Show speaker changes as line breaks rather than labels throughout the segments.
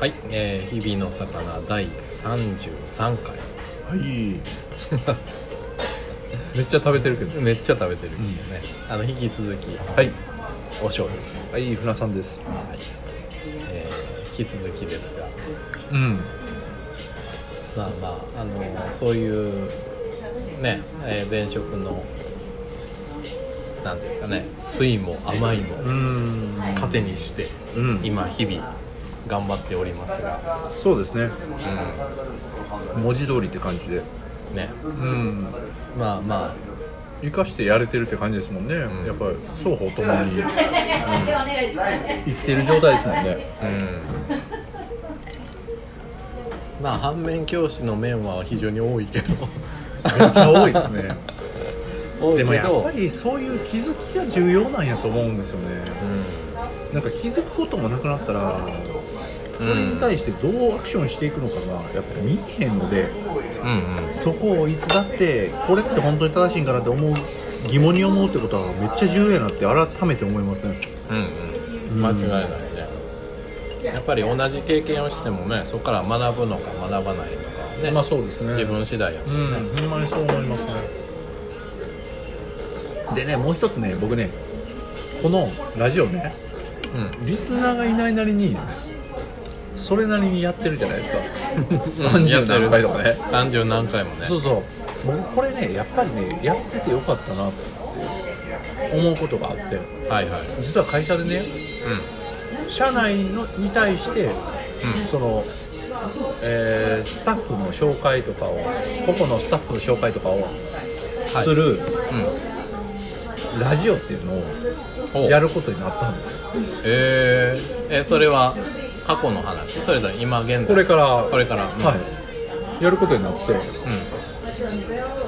はい、えー日々の魚第33回
はいめっちゃ食べてるけど
めっちゃ食べてるけどね、あの引き続き
はい
おしょうです、
はい船さんです
はいえー引き続きですが
うん
まあまああのそういうね、えー前職のなんていうんですかね酸いも甘いも
うん
糧にして、
うん
今日々頑張っておりますが、
そうですね、文字通りって感じで
ね
うん
まあまあ
生かしてやれてるって感じですもんね、
ん
やっぱり双方ともに
お願いします。
生きてる状態ですもんね
うんまあ反面教師の面は非常に多いけど
めっちゃ多いです ね
多い
でも
け
やっ
ど
ぱりそういう気づきが重要なんやと思うんですよねなんか気づくこともなくなったらそれに対してどうアクションしていくのかがやっぱ見えへんので、
うんうんうん
そこをいつだってこれって本当に正しいんかなって思う疑問に思うってことはめっちゃ重要やなって改めて思いますね
うんうん間違いないねやっぱり同じ経験をしてもねそこから学ぶのか学ばないのかね、
まあそうですね
自分次第やもん
う
ね、
んほんまにそう思いますねでねもう一つね僕ねこのラジオねリスナーがいないなりにそれなりにやってるじゃない ですか30何回とかね
30何回もね
そうそう僕これねやっぱりねやっててよかったなって思うことがあって
はいはい
実は会社でね社内のに対して、その、えースタッフの紹介とかを個々のスタッフの紹介とかを
はい
する、
う
ラジオっていうの
んうん
をやることになったんですよ
えー、えそれは過去の話それとも今現在
これから
これから、うん
はいやることになって
うん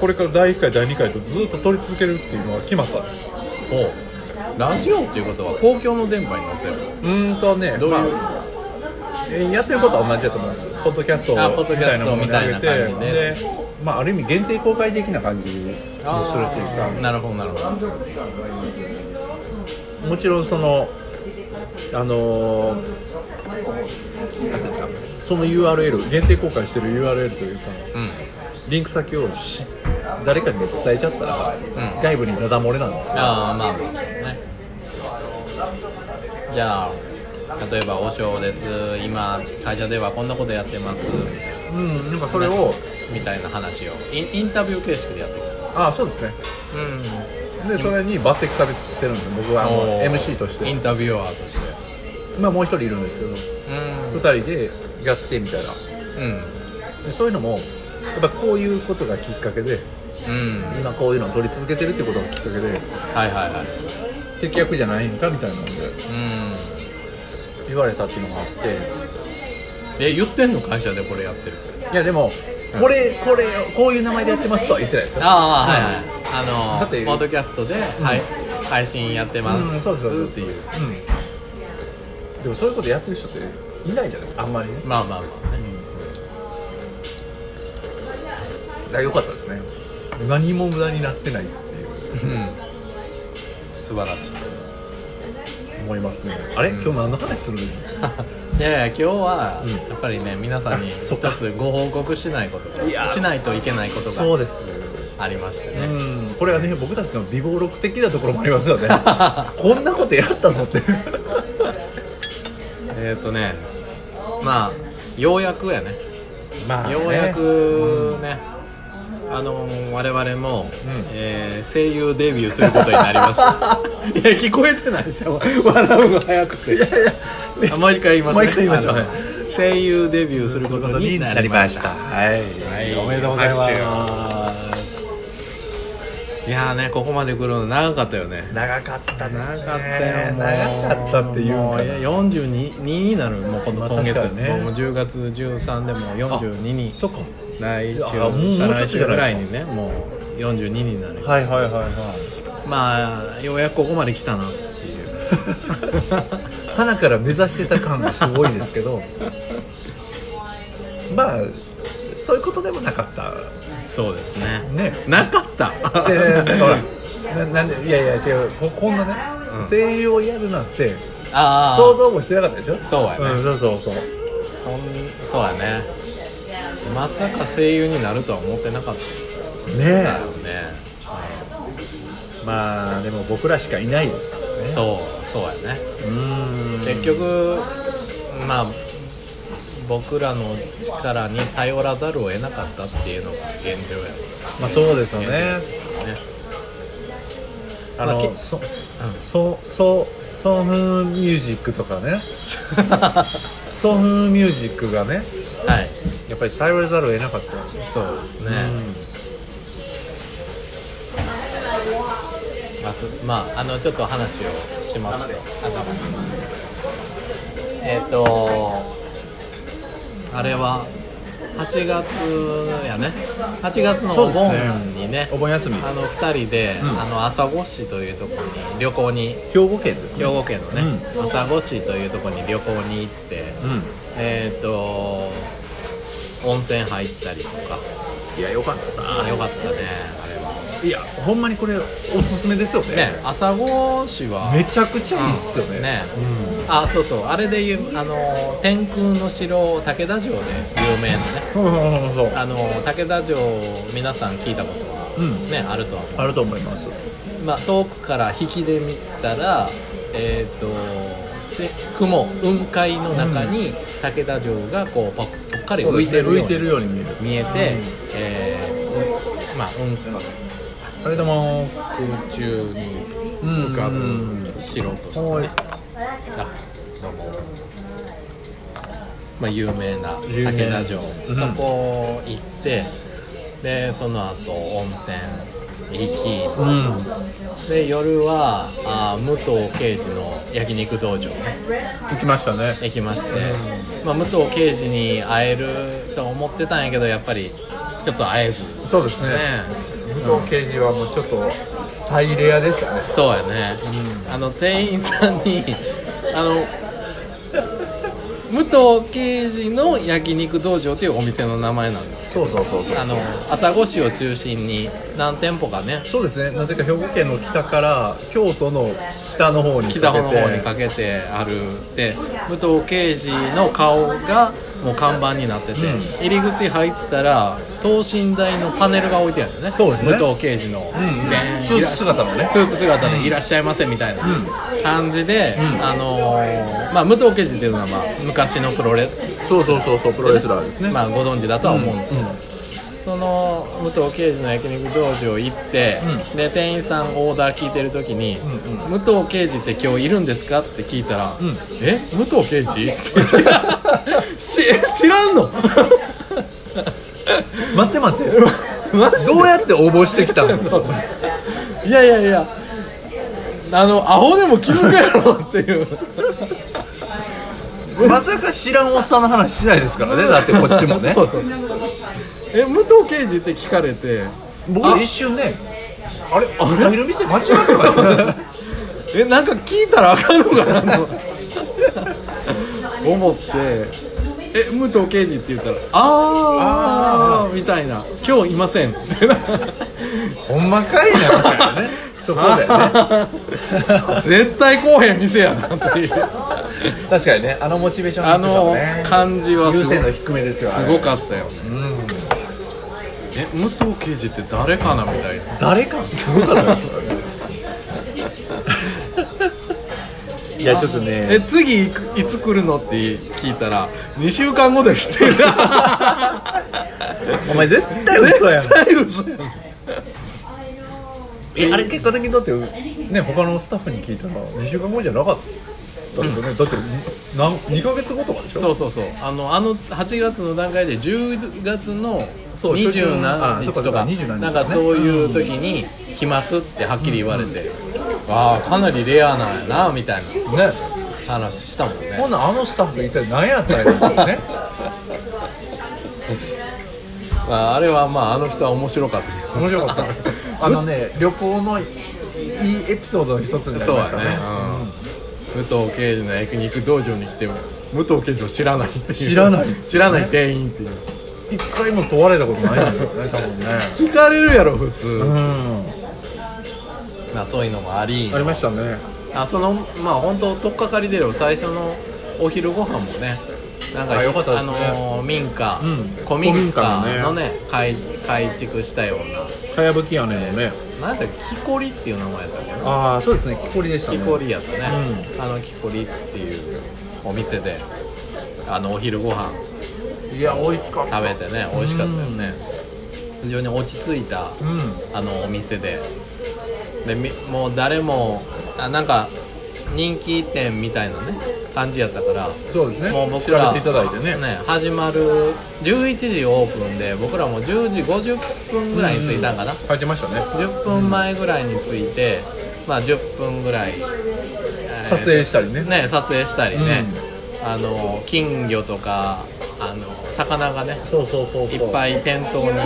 これから第1回第2回とずっと撮り続けるっていうのが決まったんです
おラジオっていうことは公共の電波に載せる
うーんとね
どういう
まあえーやってることは同じだと思うんですポッドキャストみ
あポッドキャ
たい
ス
な
ト
もの
み
に
たい
上
な
げて
感じで
で、まあ、ある意味限定公開的な感じにするっていうか
なるほどなるほど
もちろんそのあのーなんていうんですかその URL 限定公開してる URL というか
うん
リンク先をし誰かに伝えちゃったら、
ん
外部にダダ漏れなんですよ
ああまあまあねじゃあ例えば「お尚です今会社ではこんなことやってます」
うんなんかそれを
みたいな話をインインタビュー形式でやってくる
ああそうですねでそれに抜擢されてるんです僕はあの
おー
MC とし
イ
て
ンタビュアーとして
まあもう一人いるんですけど
うん
二人でやってみたいな
うん
でそういうのもやっぱこういうことがきっかけで
うん
今こういうのを取り続けてるってことがきっかけで
はいはいはい
適役じゃないんかみたいなので
うん
言われたっていうのがあって
え言ってんの会社でこれやってるって
いやでもこれこれこういう名前でやってますとは言ってないですよ
ああはいはいあ
だ
の
って
ポッドキャストで、はい配信やってます、
うんそうそうそう
っていう
うんでもそういうことやってる人っていないじゃないですかあんまりね
まあまあまあね
だから良かったですね何も無駄になってないってい
う
う
ん素晴らしい
思いますねあれ、今日何の話するんですか
いやいや今日は、
うん
やっぱりね皆さんに
あ
一
そっか
つご報告しないこと
いや
が
ー
しないといけないこと
そ
が
うです
ありましてね、
うんこれはね僕たちの美貌録的なところもありますよ ねこんなことやったぞって
えっ、とねまあようやくやね
ま
ようや くね、あの我々も、
ん
えー声優デビューすることになりましたいや 聞こえてないじゃん
笑うの早くていやいや
あもう一回言います、ね、
もう一回言いましょう
あの声優デビューすることになりました
はい、
はい
おめでとうございます
いやーねここまで来るの長かったよね
長かったです
長
ね
かったよもう
長かったっていうん
も
か
ういや
な
42になるもうこ
ま
の
あ
今月、
確かにね
もう10月13でも42に
そっか
来週
いやもうも
再
うち
来週
ょっとじゃないですか
ぐらいにねもう42になる、
はいはいはいはい
まあようやくここまで来たな っていう
花から目指してた感がすごいですけ どまあそういうことでもなかった
そうですね
ね
なか った
でなんかほらななんでいやいや違うここんなね、
うん
声優をやるなんて
ああ
想像もしてなかったでしょ
そうやね
んそうそうそう
そんそうやねまさか声優になるとは思ってなかった
ね
よね、
えまあでも僕らしかいないですからね
そうそうやね
うーん
結局まあ僕らの力に頼らざるを得なかったっていうのが現状や
まあそうですよね
もんね
あ
まあ
の、
け
そ
うん
そうそうソフーミュージックとかね ソフーミュージックがね
はい
やっぱり頼らざるを得なかったよね
そうですね、まあふ、まあ、あのちょっと話をしますよ頭にえっ、とあれは8月やね8月のお盆にね
お盆休み
あの2人で、
うん
あの朝来市というとこに旅行に
兵庫県です
兵
ね
庫県のね、朝来市というとこに旅行に行って
うん
えっ、と温泉入ったりとか
いやよかった
よかったねあれはい
やほんまにこれおすすめですよね
ね朝来市は
めちゃくちゃいいっすよね,、
うんねあそうそうあれで言うあの天空の城武田城で有名なね
うんうんそうそうそう
あの武田城皆さん聞いたことは
うん
ねあるとは
あると思います
思う、まあ、遠くから引きで見たらえっ、とで雲雲海の中に武田城がこうぽっぽっかり浮いてるように
ように見える
見えて、えーうんまあ雲
あれでも
空中に浮かぶ城としてね、
はい
あどうもまあ、有名な
有名
竹田城、
うん
そこ行ってでその後温泉行き、
うん
で夜はあー武藤刑事の焼肉道場ね
行きましたね
行きまして、まあ、武藤刑事に会えると思ってたんやけどやっぱりちょっと会えずね
そうです武藤刑事はもうちょっと最レアでしたね
そうやね、あの店員さんにあの武藤刑事の焼肉道場というお店の名前なんです
そうそうそうそう
あの朝来市を中心に何店舗かね
そうですねなぜか兵庫県の北から京都の北の方にかけて
北の方にかけてあるで武藤刑事の顔がもう看板になってて、
うん
入り口入ったら等身大のパネルが置いてあるよね
そうですね
武藤刑事の、
うん
で
スーツ姿のね
スーツ姿でいらっしゃいませみたいな感じで、あのーまあ、武藤刑事っていうのは、まあ、昔のプロレス、
そうそうそうそうプロレスラーですね
まあ、ご存知だとは思うんですけど、
うんうん
その武藤刑事の焼肉道場行って、で店員さんオーダー聞いてる時に「武藤刑事って今日いるんですか?」って聞いたら「え武藤刑事?」って 言ってし知らんの
待って待ってどうやって応募してきたの
いやいやいやあのアホでも気づくやろっていう
まさか知らんおっさんの話しないですからねだってこっちもね
え武藤刑事って聞かれて
僕一瞬ねあれあれ見る店間違ってた
えなんか聞いたらあかんのかな と思って「え武藤刑事」って言ったら「あーあみたいな「今日いません」ってな
ほんまかいなみたいなねそこだよね
絶対こうへん店やなって いう
確かにねあのモチベーション
あの感じはす
優
ご
先度
す
低めですよあれ
ごかったよね
うん
え武藤刑事って誰かなみたいな
誰かすごかったよいやちょっと
え
ね
次いくいつ来るのって聞いたら「2週間後です」って 言う
お前絶対嘘やん
絶対嘘やん
えあれ結果的にだってね他のスタッフに聞いたら2週間後じゃなかったですよね、だってな2ヶ月後とかでしょ
そうそうそうあのあの8月の段階で10月の
そう初旬
20何日
あそ
と
うか
か
20何日とかね
なんかそういう時に来ますってはっきり言われて、ああかなりレアなんやなみたい
ね
な話したもんね
ほんならあのスタッフ一体何やったんやろうね
まああれはまああの人は面白かったけ
面白かったあのね旅行のいいエピソードの一つになり
ど
まし
そ
た
う
ね
やね、うん武藤刑事の焼肉道場に来ても武藤刑事を知らないっていう
知らない
知らない店員っていう
一回も問われたことないんだよね多分ね
聞かれるやろ普通、
うん
まあそういうのもあり
ありましたね
あそのまあ本当取っかかりでよ最初のお昼ご飯もねなん
あ
か
よかったで
あ
すね
のー民家、
うん
古民
古民
家
家
の
の
ね改改築したよう
かやぶき屋根のね
な何だっけ木こりっていう名前だったっけな
ああそうですね木こりでした
木
ね
こりやったね、あの木こりっていうお店であのお昼ご飯
いや美味しかった
食べてね美味しかったよね非常に落ち着いた
うん
あのお店ででみもう誰もあなんか人気店みたいなね感じやったから
そうですね
もう僕ら
調べていただいてね
始まる11時オープンで僕らも10時50分ぐらいに着いたんかな、
書いてましたね
10分前ぐらいに着いてまあ10分ぐらい、えー
撮影したりね
ね撮影したりね、あの金魚とかあの魚がね
そうそうそう
いっぱい店頭に
うんうん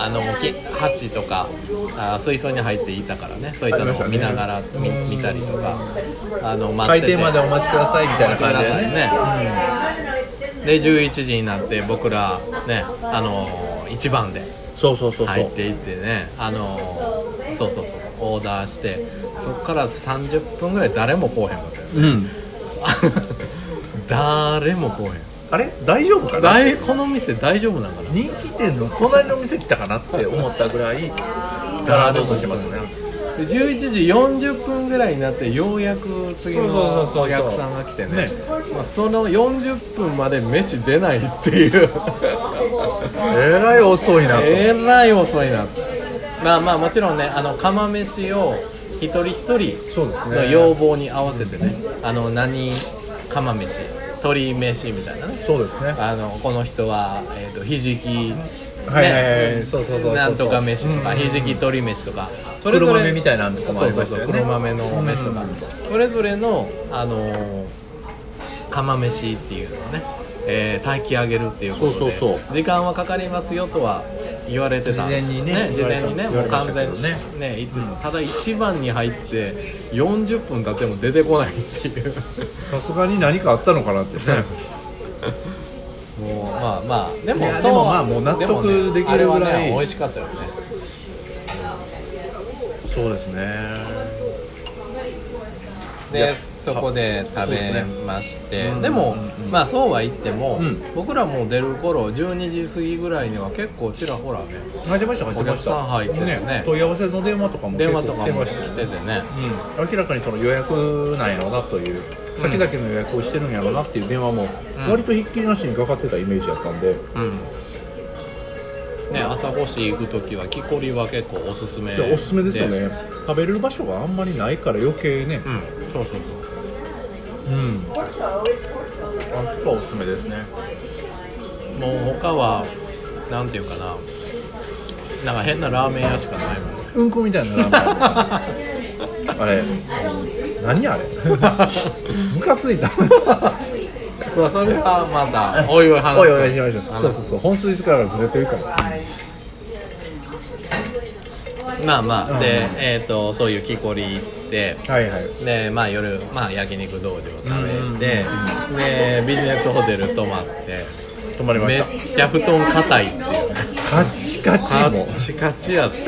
あのきハチとかあ水槽に入っていたからねそういったのを見ながら見,、見たりとかあの待
開
ってて
店までお待ちくださいみたいな感じでね
ね、で11時になって僕らねあのー一番で
そうそうそうそ
入っ
う
ていってねあのーそうそうそうオーダーしてそこから30分ぐらい誰も来おへんかったよ
うん
誰も来おへん
あれ大丈夫かな
大この店大丈夫なんかな
人気店の隣の店来たかなって思ったぐらいだらーっとしますね
で11時40分ぐらいになってようやく次の
そうそうそうそう
お客さんが来てね
ね
まあ、その40分まで飯出ないっていう
えらい遅いなと、
えらい遅いなまあまあもちろんねあの釜飯を一人一人
そうですね
の要望に合わせてねあの何釜飯鶏飯みたいなね
そうですね
あのこの人は、えー、とひじき、ね
はいはいはいそうそうそうそう
なんとか飯とか、
うん
ひじき鶏飯とかそれぞ
黒
れ
豆みたいなのとかもあ
そう
り
そ
ま
う
し
そ
た
う
よね
黒豆の飯とか、それぞれの、あのー釜飯っていうのをね、えー炊き上げるっていうことで
そうそう
時間はかかりますよとは言われてた
事前にね
事前にねも
言わ
う
れま
完
したけ
全
ど
に
ね
ねいつただ一番に入って40分経っても出てこないっていう
さすがに何かあったのかなってね
もうまあまあでも
いや
そう
でもまあもう納得
でもね
できるぐら
あ
い
れはね美味しかったよね
そうですねい
で
や
そこで食べましてで,、も、
うんうん
まあそうは言っても、
うん
僕らもう出る頃12時過ぎぐらいには結構ちらほらね
書いてました書いてました
お客さん入ってるね
問い合わせの電話とかも
電
結
話
構
とか
来て
も
ま
来
したよ
ててね
うん、明らかにその予約なんやろうなという先々の予約をしてるんやろうなっていう電話も
うん
割とひっきりなしにかかってたイメージやったんで、
うんね朝来市行く時は木こりは結構おすすめ
いやおすすめですよね食べれる場所があんまりないから余計ね
うんそうそう
うんあそこはおすすめですね
そうもう他はなんていうかななんか変なラーメン屋しかないもん ね
うんこみたいなラーメンあ れ何 あれムカついた
まあそれはまたおいおい話す
おいおいしましょうそうそううそう本筋からずれてるから
まあまあで
う、
えっ、とそういう木こり行って
はいはい
でまあ夜、まあ、焼肉道場食
うんうんう
べ
ん
て、でビジネスホテル泊まって
止まりま
め
し
ったちゃ布団硬いっていうね
カッチカチ
カ
もう
ッチカチやって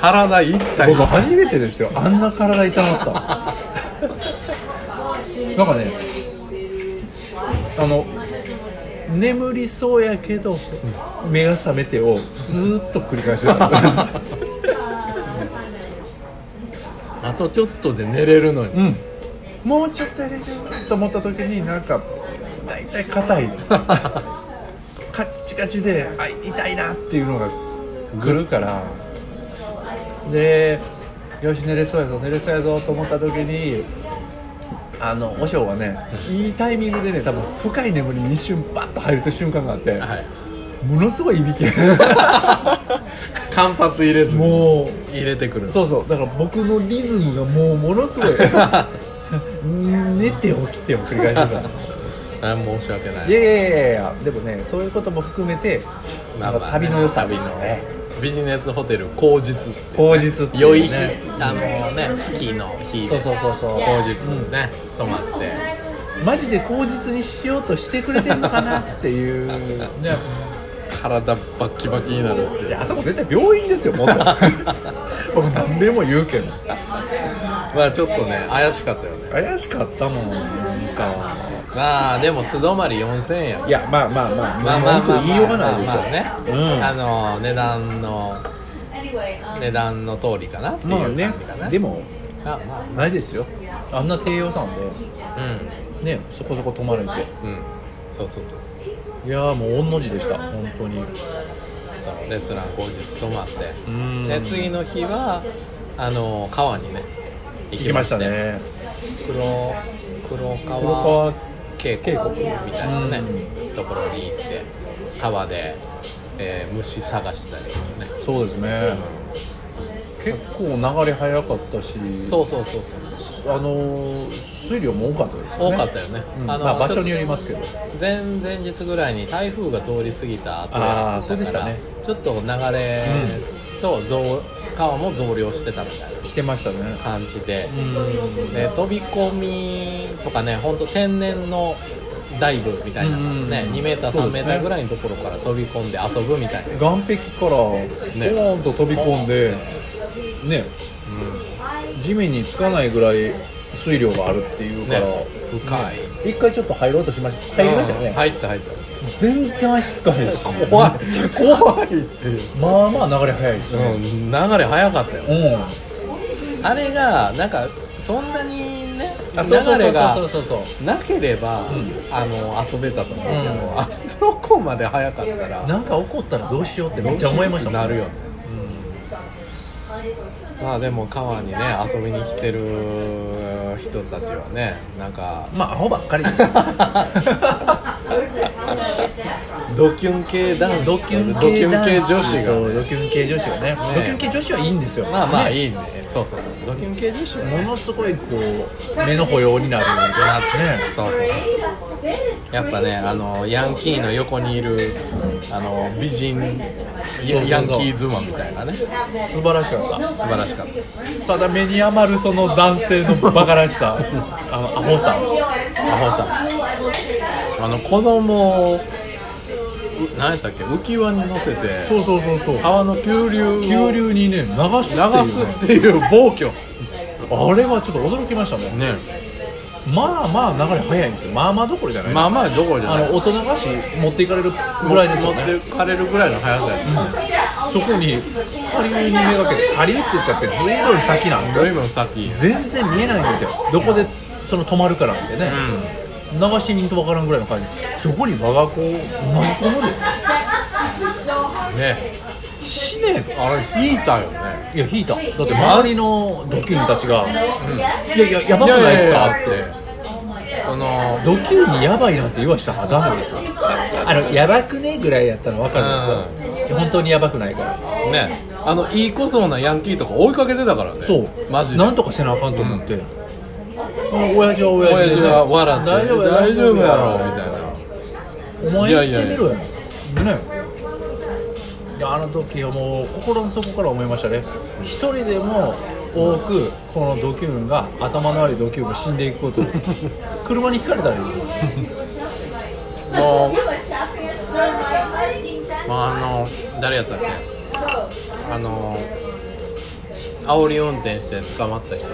体一体
僕初めてですよあんな体痛ま ったのなんかねあの眠りそうやけど目が覚めてをずーっと繰り返して た
あとちょっとで寝れるのに
うんもうちょっとやれると思った時になんか大体硬 いカッチカチであ痛いなっていうのがぐるからでよし寝れそうやぞ寝れそうやぞと思った時にあのおしょうはねいいタイミングでね多分深い眠りに一瞬バッと入る瞬間があって
はい
ものすごいいびき
間髪入れずに
もう
入れてくる
そうそうだから僕のリズムがもうものすごい 寝て起きてを繰り返してた
あ申し訳ない
いやいやいやいやでもねそういうことも含めて、
まあ
なん
ま
か
あ
旅の良さ
旅
でし
の
たね
ビジネスホテル口実
口実っていうね
良い日あのね月の日
そ
で
うそうそうそう
口実にね泊まって
マジで口実にしようとしてくれてるのかなっていうね
体バッキバキになるっていう
いやあそこ絶対病院ですよ もっと僕何べも言うけど
まあちょっとね怪しかったよね
怪しかったもんか
まあでも素泊まり4000円や
いやまあまあま
まあま
あまあ
あまあまあ
言いようがないでし
ま
ょ
あまあね、
うん
あの値段の
Anyway, um,
値段の通りかなっていう
まあ
感じ
ね
かな
でも
まあま
ないですよあんな低予算
あうん
でねそこそこ泊まれて
うんそうそうそう
いやーもう御の字でした本当に
そうレストラン後日泊まって
うん
で次の日はあの川にね行
行
き
き
ま
ま
し
したた
ね
ね
黒黒
黒
川
川
渓谷
渓谷
みたいなね
う
ところに行って川で、えー虫探したりね
そうですね結構流れ早かったし
そうそうそう
あのー水量も多かったです
そう
よね
多かったよね、
うん
の
まあ、場
ちょ
所
っと
によりますけど
前々日ぐらいに台風が通り過ぎた後
あーそ
だ
う
か
でし
ら、
たね
ちょっと流れと増、川も増量してたみたい
来てましたね
な感じで、
うん
で飛び込みとかね本当天然のダイブみたいな、
うん
ね、2メーター
そ
3
う
メー
ですね
ターぐらいのところから飛び込んで遊ぶみたいな、うん、
岸壁からポーンと飛び込んでね地面につかないぐらい水量があるっていうから、
ね深い、
一回ちょっと入ろうとしました入りましたよ
うん
ね、
入った入った
全然足つかへんし
怖い怖いっていう、
まあまあ流れ早いし
う
ね
ん、流れ早かったよ
うん、
あれがなんかそんなにね
あそうそう
流れが
そうそうそう
なければ、
ん
あの遊べたと思うけど、
うん
あそこまで早かったら
なんか怒ったらどうしようってめっちゃ思いましたもん
なるよね、まあでも川にね遊びに来てる人たちはねなんか
まあアホばっ かりですよ
ドキュン系男
ド
子
キュン
ド
系
キュン系女子
そう
が
ド
ね
キュン系女子がねドキュン系女子はいいんですよ
まあまあ
ね
いいねそうそうそうドキュン系女子は
も
ね
のすごいこう目の保養になる
な
ね
そうそうやっぱねあのヤンキーの横にいるあの美人
そうそう
ヤンキー妻みたいなね素
素晴らしかった
晴らしかった
ただ目に余るその男性のバカらしさあのアホさ
アホさあの子供をう何やったっけ浮き輪に乗せ
そう
て
そうそうそう
川の急流を
急流にね流すっていう
流すっていう暴挙
あれはちょっと驚きましたね
ね
まあまあ流れ早いんですよまあまあどころじゃない、
まあまあどころじゃ
あ
ない
の大人がし持っていかれるぐらいですよね
持ってかれるぐらいの速さやね
そこに下流に目がけて下流って言ったってずいぶん先なんですよ
随分先
全然見えないんですよどこでその止まるからってね、流してみんとわからんぐらいの感じそこに我が子何個もですよ
ね
死ねえ
あれ引いたよね
いや引いただって周りのドキュンたちが「いやいややばくないですか?」
いやいや
っ
い
て
やその
ドキュンにやばいなんて言わしたらダメですよあのやばくねえぐらいやったらわかるんですよいや本当にやばくないから
ねあのいい子そうなヤンキーとか追いかけてたからね
そう
マジで
なんとかせなあかんと思って、親父は
親
親父で
父
ね
が笑って
大丈夫や
大丈夫やろみたいな
お前言ってみろよねいやあの時はもう心の底から思いましたね一人でも多くこのドキュンが頭の悪いドキュンが死んでいく ことを車にひかれたらいい
もう、まあ、あの誰やったっけあの煽り運転して捕ま った人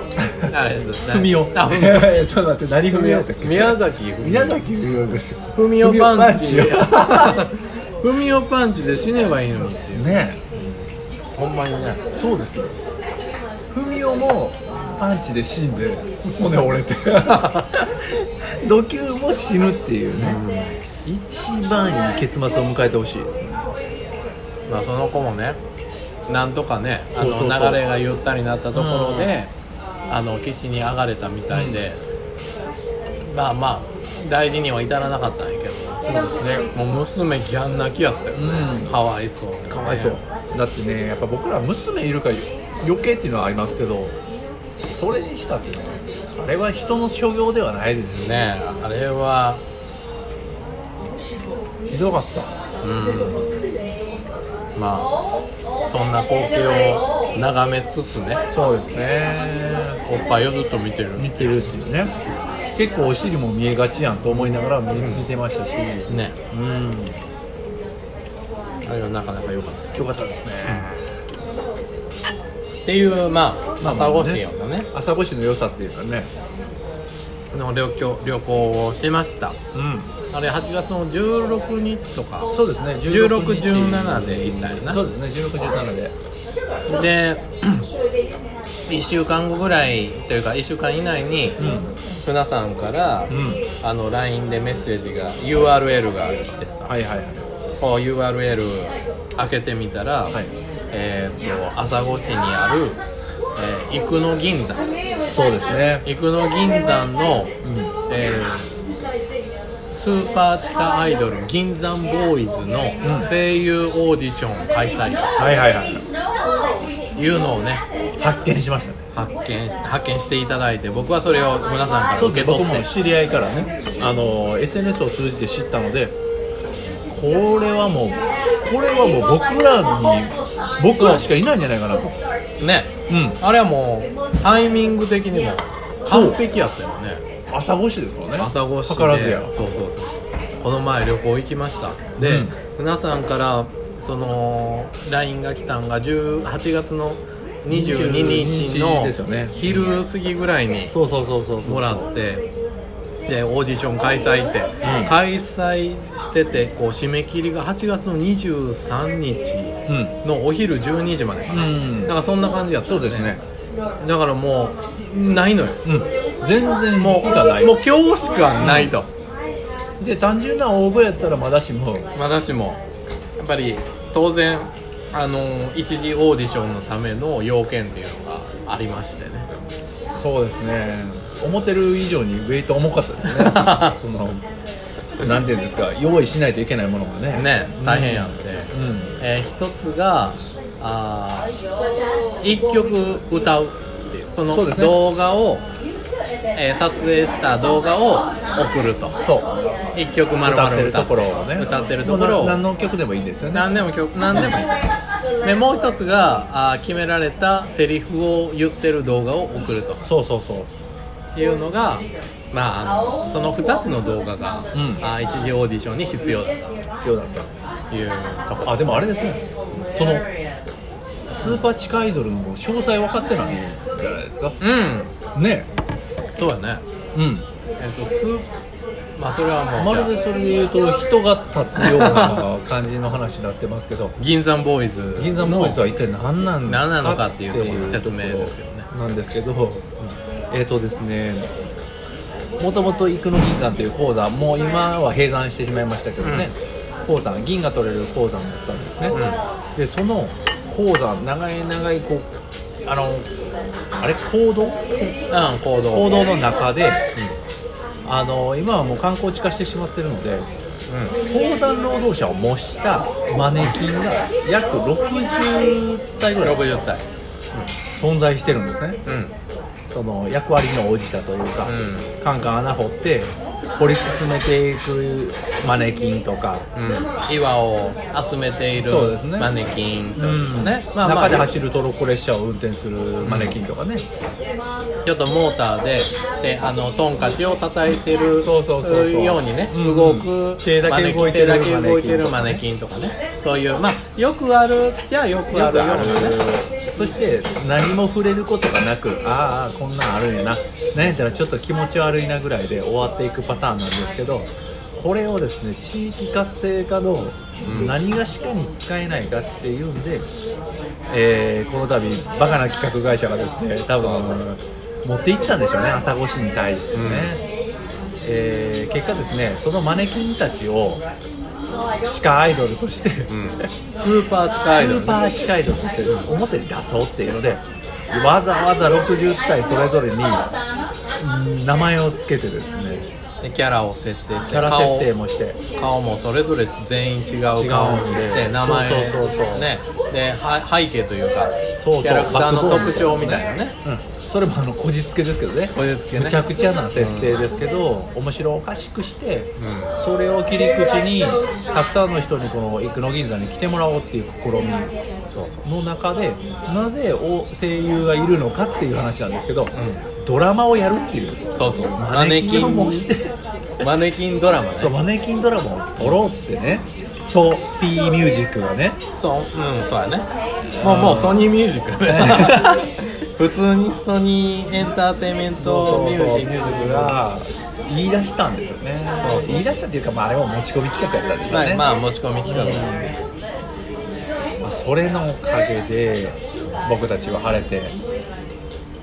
あれ
ふみお
あふ みお
ちょっと待って何ふみおって
宮崎ふみお
宮崎ふみおです
ふみおパンチ
ふみおパン
ふみおパンチで死ねばいいのにって いう
ね
ほんまにね
えそうですよふみおもパンチで死んで骨折 れてドキュンも死ぬっていうね、一番いい結末を迎えてほしいですね
まあその子もねなんとかねあ
そうそうそ
の
う
流れがゆったりになったところで、あの岸に上がれたみたいで、まあまあ大事には至らなかったんやけど
そうですね
もう娘ギャン泣きやったよね、
うん
かわいそうにね
かわいそうだってねやっぱ僕ら娘いるから余計っていうのはありますけどそれにしたってねあれは人の所業ではないですよね
ねえあれは
ひどかった
うんまあそんな光景を眺めつつね
そうですね
おっぱいをずっと見てる
見てるっていうね結構お尻も見えがちやんと思いながら見見てましたし
ね
うん
あれはなかなか良かった
よかったですね
っていうまあ
まあ
朝ごはんようなね
朝越しの良さっていうかね
の旅行旅行をしてました
うん
あれ8月の16日とか
そうですね
16 17で行ったよな
そうですね1617で
で 1週間後ぐらいというか1週間以内に船さんから、
うん
あの LINE でメッセージが URL が来てさ、
はいはいはい
こう URL 開けてみたら、
はい
えーっと朝来市にある、えー、生野銀山
そうですね
生野銀山の、えースーパー地下アイドル銀山ボーイズの声優オーディション開催
はいはいはい
というのをね
発見しましたね
発見し発見していただいて僕はそれを皆さんから
そう
受
で
け
すね僕
取って
も知り合いからねあの SNS を通じて知ったのでこれはもうこれはもう僕らに僕らしかいないんじゃないかなと
ね
うん
あれはもうタイミング的にも完璧やったよね
朝5時ですからね
朝越しで
宝津屋
そうそうそうこの前旅行行きましたで、
うん
皆さんからその LINE が来たんが18月の22日
22ですよね
の昼過ぎぐらいに
そうそうそうそうそう
もらってでオーディション開催って、開催しててこう締め切りが8月の23日
うん
のお昼12時までかな、
うん
なんかそんな感じやった
そ
よ
うですね
だからもうないのよ
うん全然
も
も
う
うがない
もう今日しかないと、
で単純な応募やったらまだしも
まだしもやっぱり当然あの一次オーディションのための要件っていうのがありましてね
そうですね思ってる以上にウェイト重かったですね そのなんていうんですか用意しないといけないものがね
ね大変やんて、
うん
えー一つがあー一曲歌うっていうその
そうですね
動画を、えー撮影した動画を送ると
そう
一曲丸
歌
々
ってる
歌
と
って
ころをね
歌ってるところ
もう
を
な何の曲でもいいですよね
何でも曲何でもいいでもう一つがあー決められたセリフを言ってる動画を送ると
そうそうそう
いうのが、まあ、あのその2つの動画が、
ん
あー一次オーディションに必要だっ
必要だった
というとこ
たあでもあれですねそのスーパー地下アイドルの詳細分かってないじゃないですか
うん
ね
そうやね
うん
えっとスーまあそれはもう
まるでそれで言うと人が立つような感じの話になってますけど
銀山ボーイズ
銀座モーイズは一体何なんだ
何なのかっていうところの説明ですよね
なんですけどえっ、とですねもともと生野銀山という鉱山もう今は閉山してしまいましたけどね、鉱山銀が取れる鉱山だったんですね、でその鉱山長い長いこうあのあれ坑道
うん行動
坑道の中で、あの今はもう観光地化してしまってるので鉱山労働者を模したマネキンが約
うん60
60体ぐらい
体
存在してるんですね
うん
その役割に応じたというか、
うん
カンカン穴掘って掘り進めていくマネキンとか、
うん、岩を集めている
そうですね
マネキンというかね、まあまあ
中で走るトロッコ列車を運転するマネキンとかね、
ちょっとモーターでであのトンカチを叩いてる
そうそうそうそう
ようにね
うん
動く
手だけ動いてる
マネキン手だけ動いてるマ
マ
ネ
ネ
キンとかねそういうまあよくあるじゃあよくある
よく
よう
あ
なね
るそして何も触れることがなくあーあーこんなんあるんやななんやったらちょっと気持ち悪いなぐらいで終わっていくパターンなんですけどこれをですね地域活性化の何がしかに使えないかっていうんで、えーこの度バカな企画会社がですね多分持っていったんでしょうね朝越しに対してね、えー結果ですねそのマネキンたちを地下アイドルとして、
スーパー地下アイド
ス
ル
ーパー近いとして表に出そうっていうのでわざわざ60体それぞれにうん名前を付けてですね
でキャラを設定し
キ
て
ャラ
顔
設定もして
顔もそれぞれ全員違う顔にし
違
て
うんで
名前
そうそうそうそう
ねでは背景というか
そうそう
キャラクターの特徴みたいなね、
うん、それもあのこじつけですけどね
こじつけね
むちゃくちゃな設定ですけど、面白おかしくして、それを切り口にたくさんの人にこの生野銀座に来てもらおうっていう試みの中でなぜお声優がいるのかっていう話なんですけど、ドラマをやるっていう
そうそう
マネキンを模して
マネキンドラマね
そうマネキンドラマを撮ろうってねそう P ミュージックがね
そううんそうやねもうもうソニーミュージックねフ普通にソニーエンターテインメントミュージ
ミュ
ッ
ージックが言い出したんですよね言い出したっていうか、まあ、あれも持ち込み企画やったんでし
ク
ょうね、
はいまあ持ち込み企画なんで
まあそれのおかげで僕たちは晴れて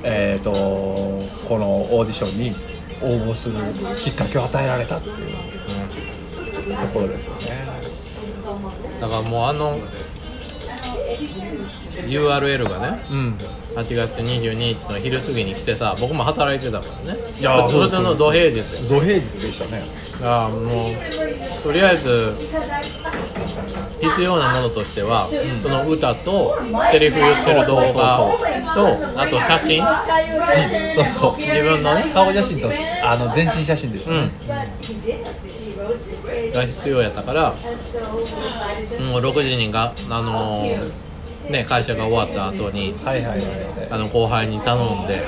えっ、とこのオーディションに応募するきっかけを与えられたっていうところですよね
だからもうあの URL がね
うん
8月22日の昼過ぎに来てさ僕も働いてたからね
いやー
普通の土平日よ
土平日でしたね
ああもうとりあえず必要なものとしては、その歌とセリフ言ってる動画とあと写真
そうそう
自分のね
顔写真とあの全身写真です
う
ね
ん、が必要やったからもう6時にがあのーね会社が終わった後に
はいはいはい
あ
は
の後輩に頼んで
いいや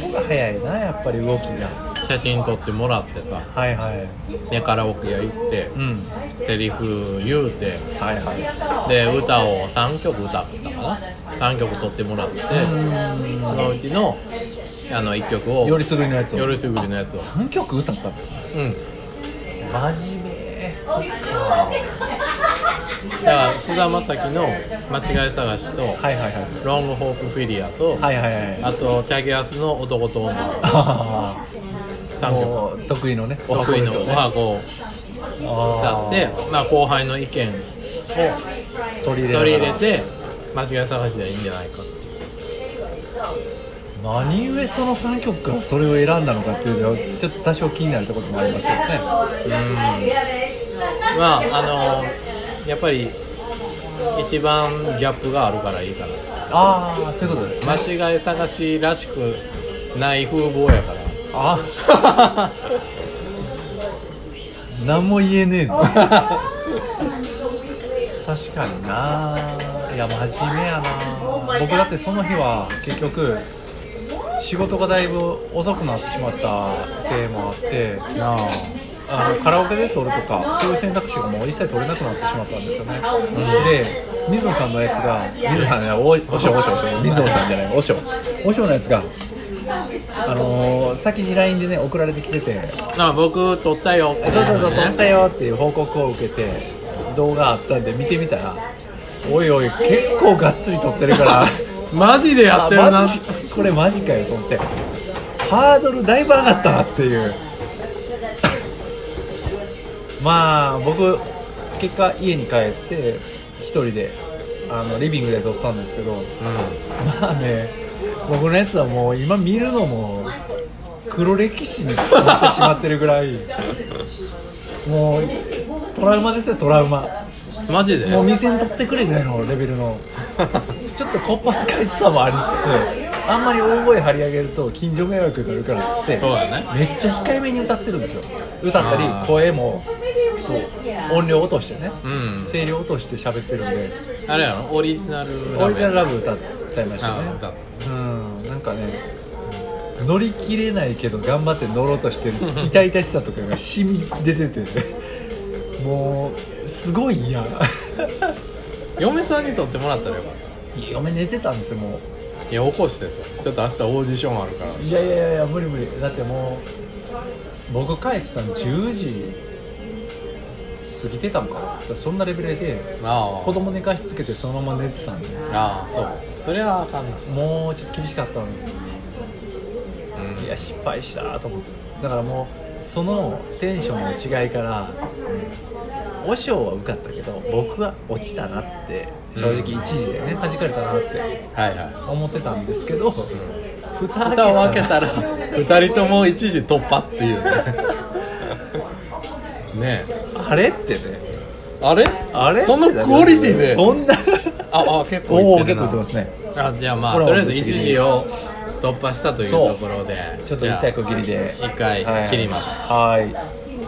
そこが早いなやっぱり動きが
写真撮ってもらってさ
はいはい
でカラオケ屋行って
うん
セリフ言うて
はいはい
で歌を3曲歌ったかな3曲撮ってもらってそのうちのあの1曲を
よりすぐりのやつを
よりすぐりのやつを
3曲歌ったんです
うん
真面目
だから菅田将暉の「間違い探し」と
はいはいはい
「ロングホープフィリア」と
はいはいはい
あと「キャギアスの男と女
あ」
3曲
もう得意のねお箱
得意
で
の
すよ
お
ね
箱を歌
あ
って
ー
まあ後輩の意見を
取り入れ
取り入れ
ながら
て間違い探しでいいんじゃないかって
何故その3曲からそれを選んだのかっていうのはちょっと多少気になるところもありますけどね
まああのやっぱり一番ギャップがあるからいいから
ああそういうことです
間違い探しらしくない風貌やから
ああ何も言えねえの確 かにないや真面目やな僕だってその日は結局仕事がだいぶ遅くなってしまったせいもあって
なあ
あのカラオケで撮るとかそういう選択肢がもう一切取れなくなってしまったんですよね、で水野さんのやつが水野さんじゃないおおしょおしょおしょ水野さんじゃないおしょおしょのやつがあのー先に LINE でね送られてきてて
なあ僕撮ったよ
「そうそうそう撮
ね
ったよ」っていう報告を受けて動画あったんで見てみたら「おいおい結構がっつり撮ってるから」
マジで やってる
あ
な
マジこれマジかよと思ってハードルだいぶ上がったなっていう まあ僕結果家に帰って一人であのリビングで撮ったんですけど
う
まあね僕のやつはもう今見るのも黒歴史になってしまってるぐらいもうトラウマですよトラウマ
んマジで
もう店に取ってくれぐらいのレベルのちょっとこっぱずかしさもありつつあんまり大声張り上げると近所迷惑になるからっつって
そうだね
めっちゃ控えめに歌ってるんですよ歌ったり
あー
声もこう音量落としてね
うん
声量落として喋ってるんで
あれやろオリジナル
オリジナル
ラ
ラブ歌っちゃいましたね
あ歌っ
うんなんかね乗り切れないけど頑張って乗ろうとしてる痛々しさとかが染み出ててもうすごい嫌
ブ嫁さんに撮ってもらったらよかっ
嫁寝てたんですよも
たいや起こしてたちょっと明日オーディションあるから
ういやいやいやいや無理無理だってもう僕帰ったの10時過ぎてたんかなだからそんなレベルで
ああ
子供寝かしつけてそのまま寝てたんで
ああそうそれはあかんな
もうちょっと厳しかったのに
うん
いや失敗したと思ってだからもうそのテンションの違いから、うん、お尚は受かったけど僕は落ちたなって正直1時でね弾かれたなって
はいはい
思ってたんですけど、蓋
蓋を開け
ら
たら2人とも一時突破っていうね ねえ
あれってね
あれ
あれ
そのクオリティで
そんな
ああ結構
お
い
お
って
結
るな
構言ってますね
あじゃあまあ
これ
と
は
りあえず一時を突破したという
そう
ところで
ちょっと一
じゃあ
回区切りで
一回切ります
はい